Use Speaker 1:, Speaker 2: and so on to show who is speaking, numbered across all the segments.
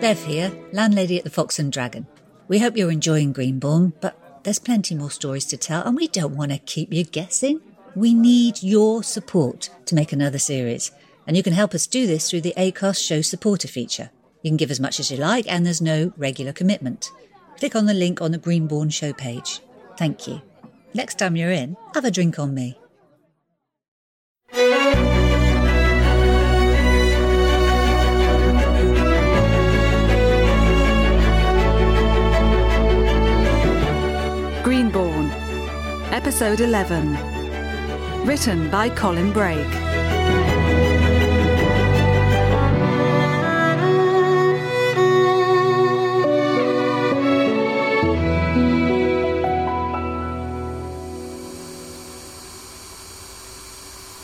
Speaker 1: Bev here, landlady at the Fox and Dragon. We hope you're enjoying Greenbaum, but there's plenty more stories to tell, and we don't want to keep you guessing. We need your support to make another series, and you can help us do this through the ACAST Show Supporter feature. You can give as much as you like, and there's no regular commitment. Click on the link on the Greenbourne show page. Thank you. Next time you're in, have a drink on me.
Speaker 2: Oh,
Speaker 3: Greenbourne, Episode 11. Written by Colin Brake.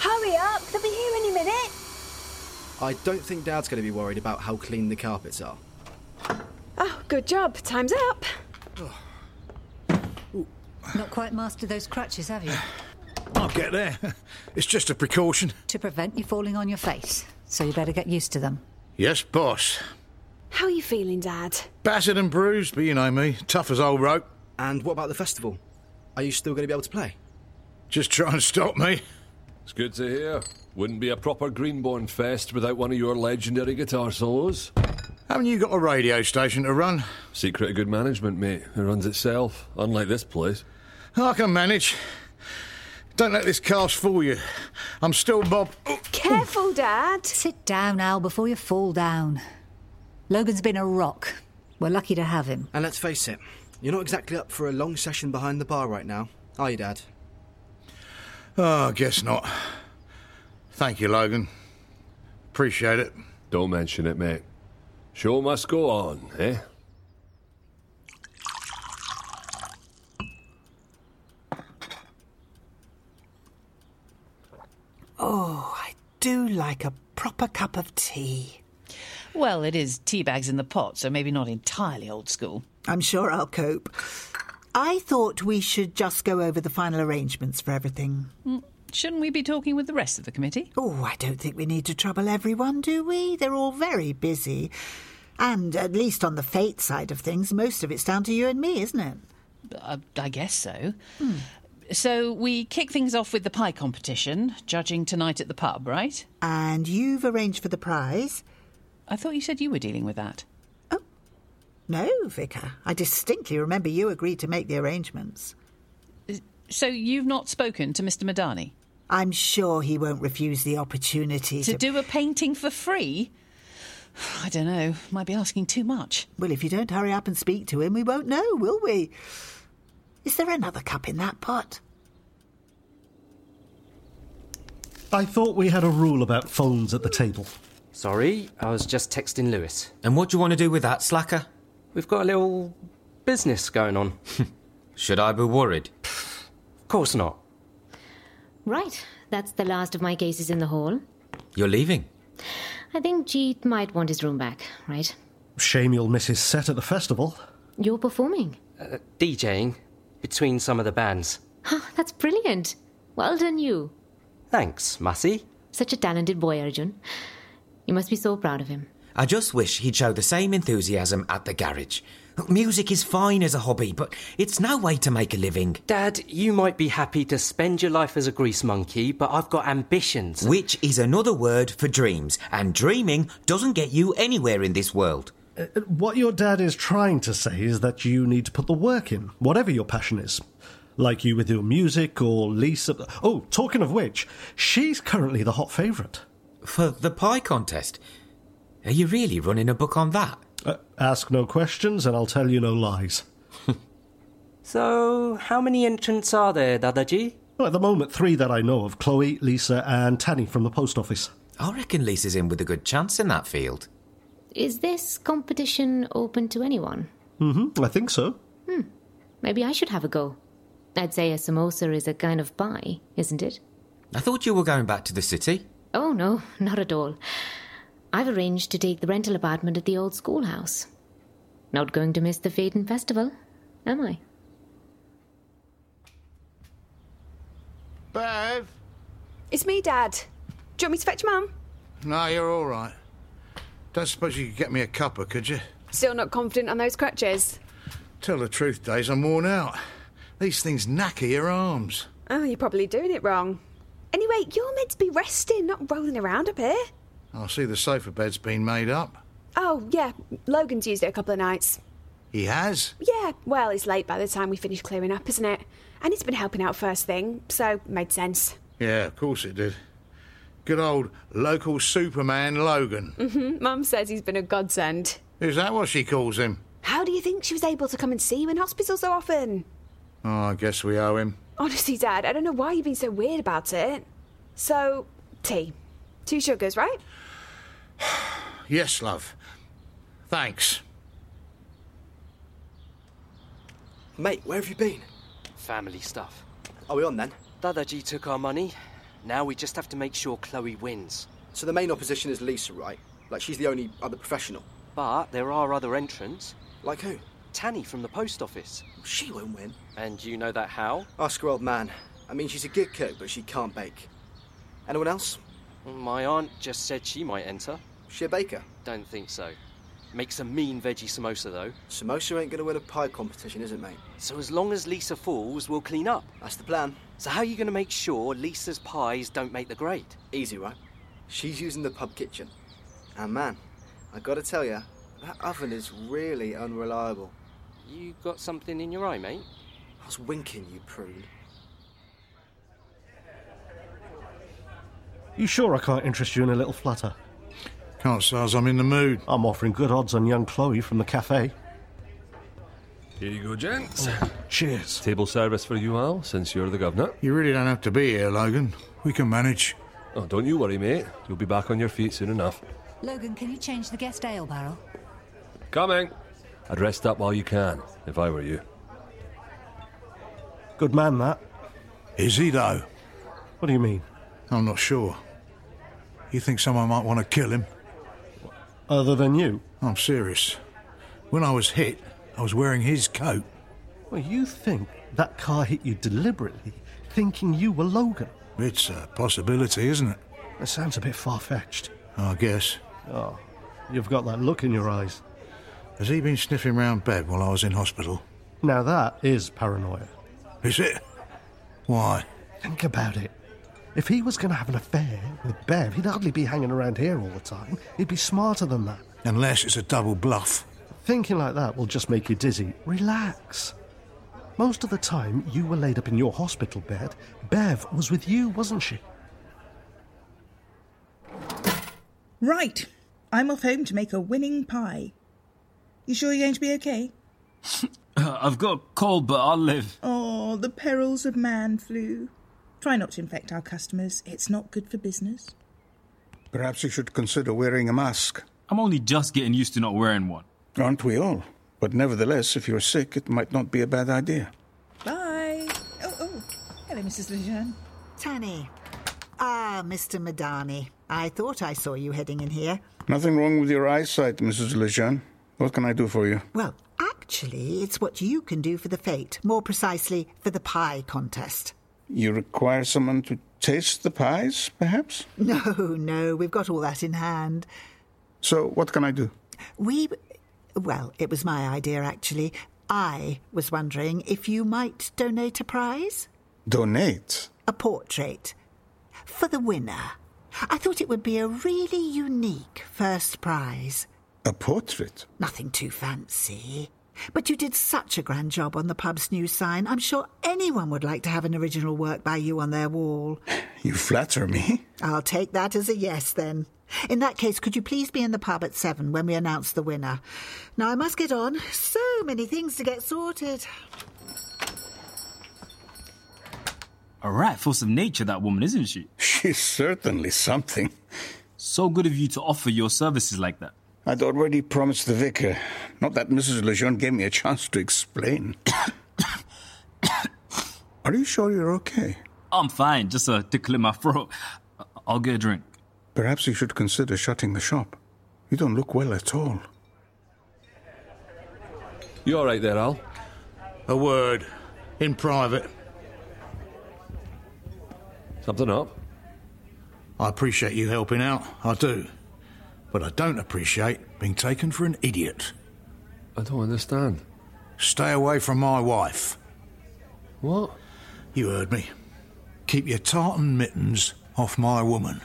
Speaker 4: Hurry up, they'll be here any minute.
Speaker 5: I don't think Dad's going to be worried about how clean the carpets are.
Speaker 4: Oh, good job. Time's up.
Speaker 1: Not quite mastered those crutches, have you?
Speaker 6: I'll get there. It's just a precaution.
Speaker 1: To prevent you falling on your face, so you better get used to them.
Speaker 6: Yes, boss.
Speaker 4: How are you feeling, Dad?
Speaker 6: Battered and bruised, but you know me. Tough as old rope.
Speaker 5: And what about the festival? Are you still going to be able to play?
Speaker 6: Just try and stop me.
Speaker 7: It's good to hear. Wouldn't be a proper Greenbourne fest without one of your legendary guitar solos.
Speaker 6: Haven't you got a radio station to run?
Speaker 7: Secret of good management, mate. It runs itself, unlike this place.
Speaker 6: I can manage. Don't let this cast fool you. I'm still Bob. Oh,
Speaker 4: Careful, Dad.
Speaker 1: Sit down, Al, before you fall down. Logan's been a rock. We're lucky to have him.
Speaker 5: And let's face it, you're not exactly up for a long session behind the bar right now, are you, Dad?
Speaker 6: Oh, I guess not. Thank you, Logan. Appreciate it.
Speaker 7: Don't mention it, mate. Show must go on, eh?
Speaker 2: I do like a proper cup of tea.
Speaker 8: Well, it is tea bags in the pot, so maybe not entirely old school.
Speaker 2: I'm sure I'll cope. I thought we should just go over the final arrangements for everything.
Speaker 8: Mm, Shouldn't we be talking with the rest of the committee?
Speaker 2: Oh, I don't think we need to trouble everyone, do we? They're all very busy. And at least on the fate side of things, most of it's down to you and me, isn't it?
Speaker 8: I, Uh, I guess so. So we kick things off with the pie competition, judging tonight at the pub, right?
Speaker 2: And you've arranged for the prize. Oh.
Speaker 8: I thought you said you were dealing with that.
Speaker 2: No, Vicar. I distinctly remember you agreed to make the arrangements.
Speaker 8: So you've not spoken to Mr. Madani
Speaker 2: I'm sure he won't refuse the opportunity
Speaker 8: to
Speaker 2: to.
Speaker 8: do a painting for free? I don't know. Might be asking too much.
Speaker 2: well, if you don't hurry up and speak to him, we won't know, will we? Is there another cup in that pot?
Speaker 9: I thought we had a rule about phones at the table.
Speaker 10: Sorry, I was just texting Lewis.
Speaker 11: And what do you want to do with that, slacker?
Speaker 10: We've got a little business going on.
Speaker 11: Should I be worried?
Speaker 10: Of course not.
Speaker 12: Right, that's the last of my cases in the hall.
Speaker 11: You're leaving.
Speaker 12: I think Jeet might want his room back, right?
Speaker 9: Shame you'll miss his set at the festival.
Speaker 12: You're performing.
Speaker 10: DJing Uh, between some of the bands.
Speaker 12: Huh, that's brilliant. Well done, you.
Speaker 10: Thanks, Massey.
Speaker 12: Such a talented boy, Arjun. You must be so proud of him.
Speaker 11: I just wish he'd show the same enthusiasm at the garage. Music is fine as a hobby, but it's no way to make a living.
Speaker 10: Dad, you might be happy to spend your life as a grease monkey, but I've got ambitions.
Speaker 11: Which is another word for dreams, and dreaming doesn't get you anywhere in this world.
Speaker 9: Uh, What your dad is trying to say is that you need to put the work in, whatever your passion is. Like you with your music or Lisa. Oh, talking of which, she's currently the hot favourite.
Speaker 11: For the pie contest. Are you really running a book on that?
Speaker 9: Uh, ask no questions and I'll tell you no lies.
Speaker 10: So, how many entrants are there, Dadaji?
Speaker 9: Well, at the moment, three that I know of Chloe, Lisa, and Tanny from the post office.
Speaker 11: I reckon Lisa's in with a good chance in that field.
Speaker 12: Is this competition open to anyone?
Speaker 9: hmm, I think so.
Speaker 12: Maybe I should have a go. I'd say a samosa is a kind of pie, isn't it?
Speaker 11: I thought you were going back to the city.
Speaker 12: Oh, no, not at all. I've arranged to take the rental apartment at the old schoolhouse. Not going to miss the Phaeton Festival, am I?
Speaker 6: Bev?
Speaker 4: It's me, Dad. Do you want me to fetch Mum?
Speaker 6: No, you're all right. Don't suppose you could get me a cuppa, could you?
Speaker 4: Still not confident on those crutches.
Speaker 6: Tell the truth, Days, I'm worn out. These things knacker your arms.
Speaker 4: Oh, you're probably doing it wrong. Anyway, you're meant to be resting, not rolling around up here.
Speaker 6: I see the sofa bed's been made up.
Speaker 4: Oh, yeah, Logan's used it a couple of nights.
Speaker 6: He has?
Speaker 4: Yeah, well, it's late by the time we finish clearing up, isn't it? And it's been helping out first thing, so made sense.
Speaker 6: Yeah, of course it did. Good old local Superman Logan.
Speaker 4: hmm Mum says he's been a godsend.
Speaker 6: Is that what she calls him?
Speaker 4: How do you think she was able to come and see you in hospital so often?
Speaker 6: Oh, I guess we owe him.
Speaker 4: Honestly, Dad, I don't know why you've been so weird about it. So, tea. Two sugars, right?
Speaker 6: Yes, love. Thanks.
Speaker 5: Mate, where have you been?
Speaker 10: Family stuff.
Speaker 5: Are we on then?
Speaker 10: Dadaji took our money. Now we just have to make sure Chloe wins.
Speaker 5: So the main opposition is Lisa, right? Like she's the only other professional.
Speaker 10: But there are other entrants.
Speaker 5: Like who?
Speaker 10: Tanny from the post office.
Speaker 5: She won't win.
Speaker 10: And you know that how?
Speaker 5: Ask her old man. I mean, she's a good cook, but she can't bake. Anyone else?
Speaker 10: Mm, My aunt just said she might enter.
Speaker 5: She a baker?
Speaker 10: Don't think so. Makes a mean veggie samosa though.
Speaker 5: Samosa ain't gonna win a pie competition, is it, mate?
Speaker 10: So as long as Lisa falls, we'll clean up.
Speaker 5: That's the plan.
Speaker 10: So how are you going to make sure Lisa's pies don't make the grade?
Speaker 5: Easy, right? She's using the pub kitchen. And man, I gotta tell you, that oven is really unreliable.
Speaker 10: You got something in your eye, mate?
Speaker 5: I was winking, you prune.
Speaker 9: You sure I can't interest you in a little flutter?
Speaker 6: Can't say as I'm in the mood.
Speaker 9: I'm offering good odds on young Chloe from the cafe.
Speaker 7: Here you go, gents.
Speaker 6: Oh, Cheers.
Speaker 7: Table service for you all, since you're the governor.
Speaker 6: You really don't have to be here, Logan. We can manage.
Speaker 7: Oh, don't you worry, mate. You'll be back on your feet soon enough.
Speaker 13: Logan, can you change the guest ale barrel?
Speaker 7: Coming. I'd rest up while you can, if I were you.
Speaker 9: Good man, that.
Speaker 6: Is he, though?
Speaker 9: What do you mean?
Speaker 6: I'm not sure. You think someone might want to kill him?
Speaker 9: Other than you?
Speaker 6: I'm serious. When I was hit, I was wearing his coat.
Speaker 9: Well, you think that car hit you deliberately, thinking you were Logan?
Speaker 6: It's a possibility, isn't it?
Speaker 9: That sounds a bit far fetched.
Speaker 6: I guess.
Speaker 9: Oh, you've got that look in your eyes.
Speaker 6: Has he been sniffing round bed while I was in hospital?
Speaker 9: Now that is paranoia.
Speaker 6: Is it? Why?
Speaker 9: Think about it. If he was going to have an affair with Bev, he'd hardly be hanging around here all the time. He'd be smarter than that.
Speaker 6: Unless it's a double bluff.
Speaker 9: Thinking like that will just make you dizzy. Relax. Most of the time, you were laid up in your hospital bed. Bev was with you, wasn't she?
Speaker 14: Right. I'm off home to make a winning pie. You sure you're going to be okay?
Speaker 15: I've got cold, but I'll live.
Speaker 14: Oh, the perils of man flu. Try not to infect our customers. It's not good for business.
Speaker 16: Perhaps you should consider wearing a mask.
Speaker 15: I'm only just getting used to not wearing one.
Speaker 16: Aren't we all? But nevertheless, if you're sick, it might not be a bad idea.
Speaker 14: Bye. Oh, oh. Hello, Mrs. Lejeune.
Speaker 2: Tanny. Ah, Mr. Madani. I thought I saw you heading in here.
Speaker 16: Nothing wrong with your eyesight, Mrs. Lejeune. What can I do for you?
Speaker 2: Well, actually, it's what you can do for the fate, more precisely, for the pie contest.
Speaker 16: You require someone to taste the pies, perhaps?
Speaker 2: No, no, we've got all that in hand.
Speaker 16: So, what can I do?
Speaker 2: We. Well, it was my idea, actually. I was wondering if you might donate a prize?
Speaker 16: Donate?
Speaker 2: A portrait. For the winner. I thought it would be a really unique first prize.
Speaker 16: A portrait?
Speaker 2: Nothing too fancy. But you did such a grand job on the pub's new sign. I'm sure anyone would like to have an original work by you on their wall.
Speaker 16: You flatter me.
Speaker 2: I'll take that as a yes, then. In that case, could you please be in the pub at seven when we announce the winner? Now, I must get on. So many things to get sorted.
Speaker 15: A right force of nature, that woman, isn't she?
Speaker 16: She's certainly something.
Speaker 15: So good of you to offer your services like that.
Speaker 16: I'd already promised the vicar. Not that Mrs. Lejeune gave me a chance to explain. Are you sure you're okay?
Speaker 15: I'm fine, just a tickle in my throat. I'll get a drink.
Speaker 16: Perhaps you should consider shutting the shop. You don't look well at all.
Speaker 7: You all right there, Al?
Speaker 6: A word. In private.
Speaker 7: Something up?
Speaker 6: I appreciate you helping out. I do. but I don't appreciate being taken for an idiot.
Speaker 7: I don't understand.
Speaker 6: Stay away from my wife.
Speaker 7: What?
Speaker 6: You heard me. Keep your tartan mittens off my woman.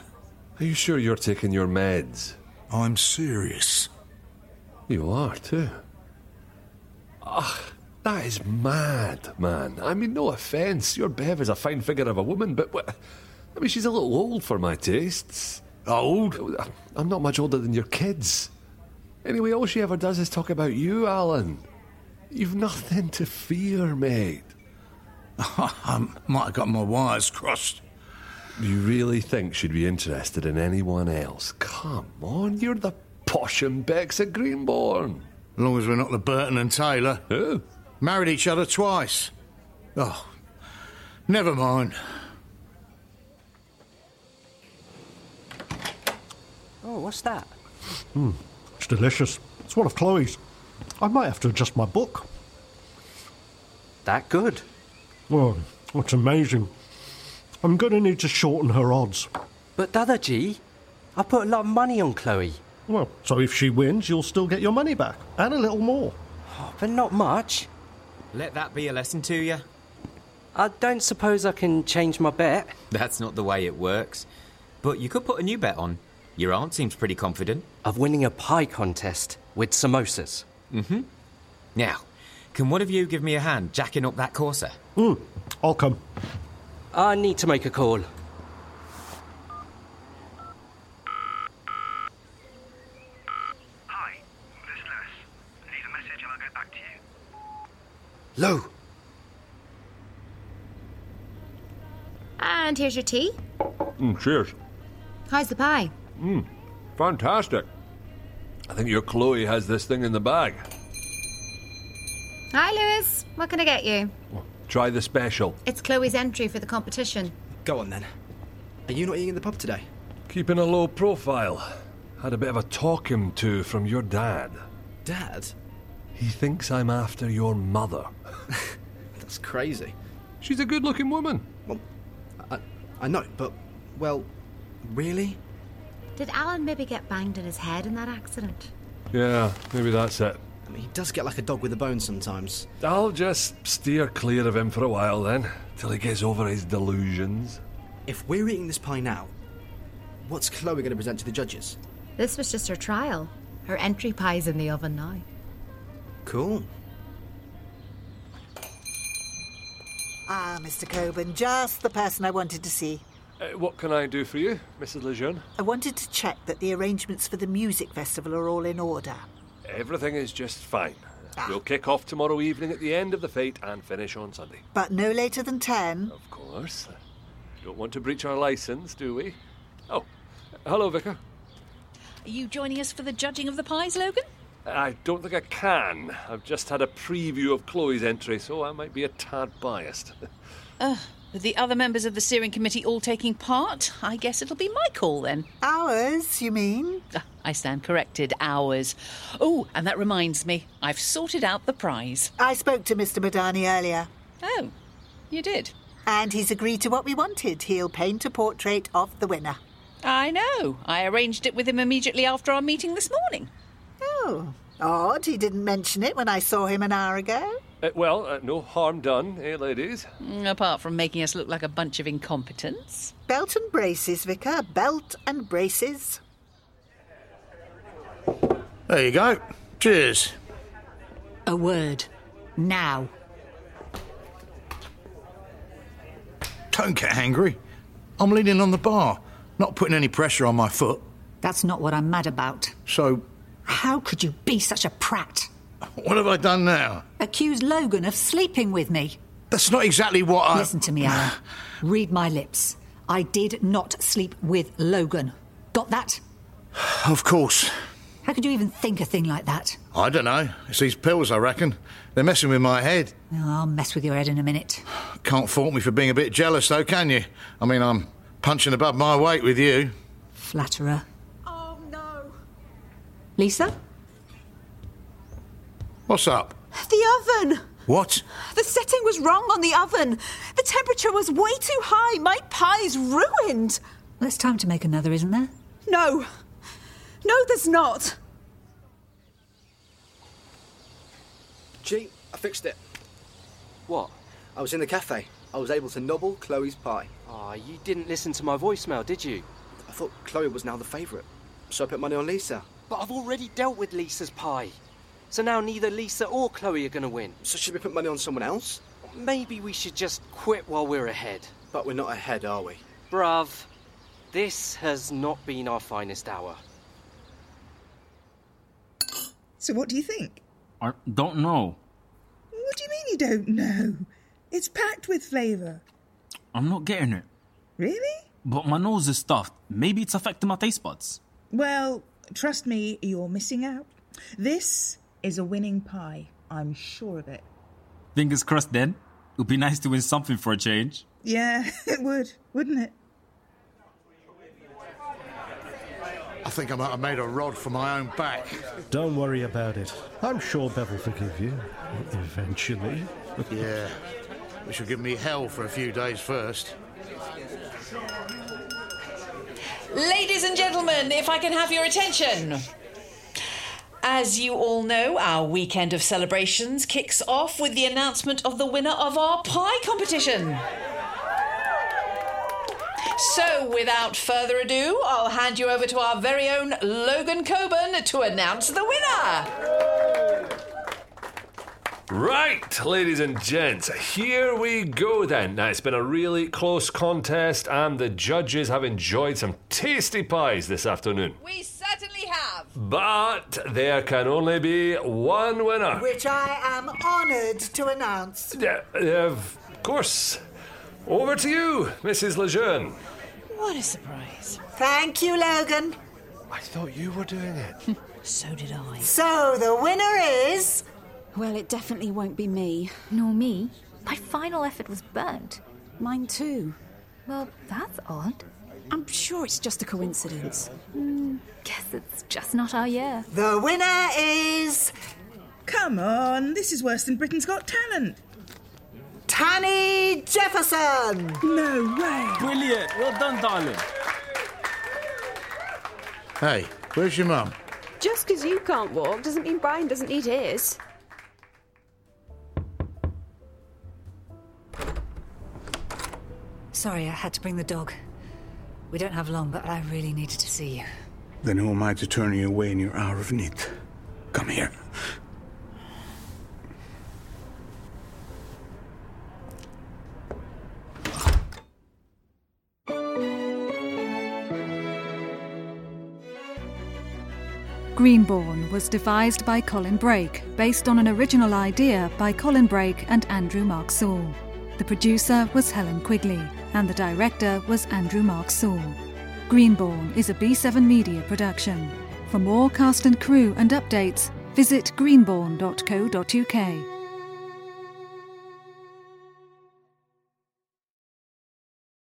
Speaker 7: Are you sure you're taking your meds?
Speaker 6: I'm serious.
Speaker 7: You are too. Ah, that is mad, man. I mean, no offence. Your Bev is a fine figure of a woman, but what? I mean, she's a little old for my tastes.
Speaker 6: Old?
Speaker 7: I'm not much older than your kids. Anyway, all she ever does is talk about you, Alan. You've nothing to fear, mate.
Speaker 6: I might have got my wires crossed.
Speaker 7: You really think she'd be interested in anyone else? Come on, you're the posh and Becks at Greenbourne.
Speaker 6: As long as we're not the Burton and Taylor.
Speaker 7: Who?
Speaker 6: Married each other twice. Oh, never mind.
Speaker 17: Oh, what's that?
Speaker 9: Mm, it's delicious. It's one of Chloe's. I might have to adjust my book.
Speaker 17: That good?
Speaker 9: Oh, it's amazing. I'm going to need to shorten her odds.
Speaker 17: But Dada G, I put a lot of money on Chloe.
Speaker 9: Well, so if she wins, you'll still get your money back, and a little more.
Speaker 17: Oh, but not much.
Speaker 11: Let that be a lesson to you.
Speaker 17: I don't suppose I can change my bet.
Speaker 11: That's not the way it works. But you could put a new bet on. Your aunt seems pretty confident.
Speaker 17: Of winning a pie contest with samosas.
Speaker 11: Mm hmm. Now, can one of you give me a hand jacking up that courser?
Speaker 9: Mm, I'll come.
Speaker 17: I need to make a call.
Speaker 18: Hi, this is Lewis. Leave a message and I'll get back to you.
Speaker 17: Lou,
Speaker 19: And here's your tea.
Speaker 7: Mm, cheers.
Speaker 19: How's the pie?
Speaker 7: Mm, fantastic. I think your Chloe has this thing in the bag.
Speaker 19: Hi, Lewis. What can I get you?
Speaker 7: Try the special.
Speaker 19: It's Chloe's entry for the competition.
Speaker 5: Go on then. Are you not eating in the pub today?
Speaker 7: Keeping a low profile. Had a bit of a talking to from your dad.
Speaker 5: Dad?
Speaker 7: He thinks I'm after your mother.
Speaker 5: That's crazy.
Speaker 7: She's a good looking woman.
Speaker 5: Well, I, I know, but, well, really?
Speaker 19: Did Alan maybe get banged in his head in that accident?
Speaker 7: Yeah, maybe that's it.
Speaker 5: I mean, he does get like a dog with a bone sometimes.
Speaker 7: I'll just steer clear of him for a while then, till he gets over his delusions.
Speaker 5: If we're eating this pie now, what's Chloe going to present to the judges?
Speaker 19: This was just her trial. Her entry pie's in the oven now.
Speaker 5: Cool.
Speaker 2: Ah, Mr. Coburn, just the person I wanted to see.
Speaker 7: Uh, what can I do for you, Mrs. Lejeune?
Speaker 2: I wanted to check that the arrangements for the music festival are all in order.
Speaker 7: Everything is just fine.
Speaker 5: Ah.
Speaker 7: We'll kick off tomorrow evening at the end of the fete and finish on Sunday.
Speaker 2: But no later than 10.
Speaker 7: Of course. Don't want to breach our license, do we? Oh, hello, Vicar.
Speaker 8: Are you joining us for the judging of the pies, Logan?
Speaker 7: I don't think I can. I've just had a preview of Chloe's entry, so I might be a tad biased.
Speaker 8: Uh, with the other members of the steering committee all taking part, I guess it'll be my call then.
Speaker 2: Ours, you mean?
Speaker 8: Ah, I stand corrected, ours. Oh, and that reminds me, I've sorted out the prize.
Speaker 2: I spoke to Mr. Madani earlier.
Speaker 8: Oh, you did?
Speaker 2: And he's agreed to what we wanted. He'll paint a portrait of the winner.
Speaker 8: I know. I arranged it with him immediately after our meeting this morning.
Speaker 2: Oh, odd. He didn't mention it when I saw him an hour ago.
Speaker 7: Uh, well, uh, no harm done, eh, ladies?
Speaker 8: Mm, Apart from making us look like a bunch of incompetents.
Speaker 2: Belt and braces, Vicar. Belt and braces.
Speaker 6: There you go. Cheers.
Speaker 1: A word. Now.
Speaker 6: Don't get angry. I'm leaning on the bar, not putting any pressure on my foot.
Speaker 1: That's not what I'm mad about.
Speaker 6: So,
Speaker 1: How could you be such a prat?
Speaker 6: what have I done now?
Speaker 1: Accuse Logan of sleeping with me.
Speaker 6: That's not exactly what I.
Speaker 1: Listen to me, Alan. Read my lips. I did not sleep with Logan. Got that?
Speaker 6: Of course.
Speaker 1: How could you even think a thing like that?
Speaker 6: I don't know. It's these pills, I reckon. They're messing with my head.
Speaker 1: Oh, I'll mess with your head in a minute.
Speaker 6: Can't fault me for being a bit jealous, though, can you? I mean, I'm punching above my weight with you.
Speaker 1: Flatterer. Oh, no. Lisa?
Speaker 6: What's up?
Speaker 4: The oven!
Speaker 6: What?
Speaker 4: The setting was wrong on the oven. The temperature was way too high. My pie's ruined.
Speaker 1: Well, it's time to make another, isn't there?
Speaker 4: No.
Speaker 20: No, there's not.
Speaker 21: Gee, I fixed it.
Speaker 5: What?
Speaker 21: I was in the cafe. I was able to nobble Chloe's pie.
Speaker 5: Ah, you didn't listen to my voicemail, did you?
Speaker 21: I thought Chloe was now the favourite, so I put money on Lisa.
Speaker 5: But I've already dealt with Lisa's pie. So now neither Lisa or Chloe are going to win.
Speaker 21: So should we put money on someone else?
Speaker 5: Maybe we should just quit while we're ahead.
Speaker 21: But we're not ahead, are we?
Speaker 5: Bruv, this has not been our finest hour.
Speaker 14: So what do you think?
Speaker 15: I don't know.
Speaker 14: What do you mean you don't know? It's packed with flavour.
Speaker 15: I'm not getting it.
Speaker 14: Really?
Speaker 15: But my nose is stuffed. Maybe it's affecting my taste buds.
Speaker 14: Well, trust me, you're missing out. This is a winning pie. I'm sure of it.
Speaker 15: Fingers crossed then. It would be nice to win something for a change.
Speaker 14: Yeah, it would, wouldn't it?
Speaker 6: I think I might have made a rod for my own back.
Speaker 9: Don't worry about it. I'm sure Bev will forgive you. Eventually.
Speaker 6: yeah. Which will give me hell for a few days first.
Speaker 8: Ladies and gentlemen, if I can have your attention. As you all know, our weekend of celebrations kicks off with the announcement of the winner of our pie competition. So, without further ado, I'll hand you over to our very own Logan Coburn to announce the winner.
Speaker 7: Right, ladies and gents, here we go then. Now, it's been a really close contest, and the judges have enjoyed some tasty pies this afternoon.
Speaker 8: We certainly have.
Speaker 7: But there can only be one winner.
Speaker 2: Which I am honoured to announce.
Speaker 7: Yeah, yeah, of course. Over to you, Mrs. Lejeune.
Speaker 8: What a surprise.
Speaker 2: Thank you, Logan.
Speaker 7: I thought you were doing it.
Speaker 8: So did I.
Speaker 2: So the winner is.
Speaker 22: Well, it definitely won't be me.
Speaker 23: Nor me. My final effort was burnt.
Speaker 22: Mine too.
Speaker 23: Well, that's odd.
Speaker 22: I'm sure it's just a coincidence.
Speaker 23: Hmm, guess it's just not our year.
Speaker 2: The winner is.
Speaker 14: Come on, this is worse than Britain's Got Talent.
Speaker 2: Tanny Jefferson!
Speaker 14: No way!
Speaker 15: Brilliant. Well done, darling.
Speaker 6: Hey, where's your mum?
Speaker 4: Just because you can't walk doesn't mean Brian doesn't need his.
Speaker 1: Sorry, I had to bring the dog. We don't have long, but I really needed to see you.
Speaker 16: Then who am I to turn you away in your hour of need? Come here.
Speaker 3: Greenbourne was devised by Colin Brake, based on an original idea by Colin Brake and Andrew Mark Saul. The producer was Helen Quigley, and the director was Andrew Mark Saul. Greenbourne is a B7 Media production. For more cast and crew and updates, visit greenbourne.co.uk.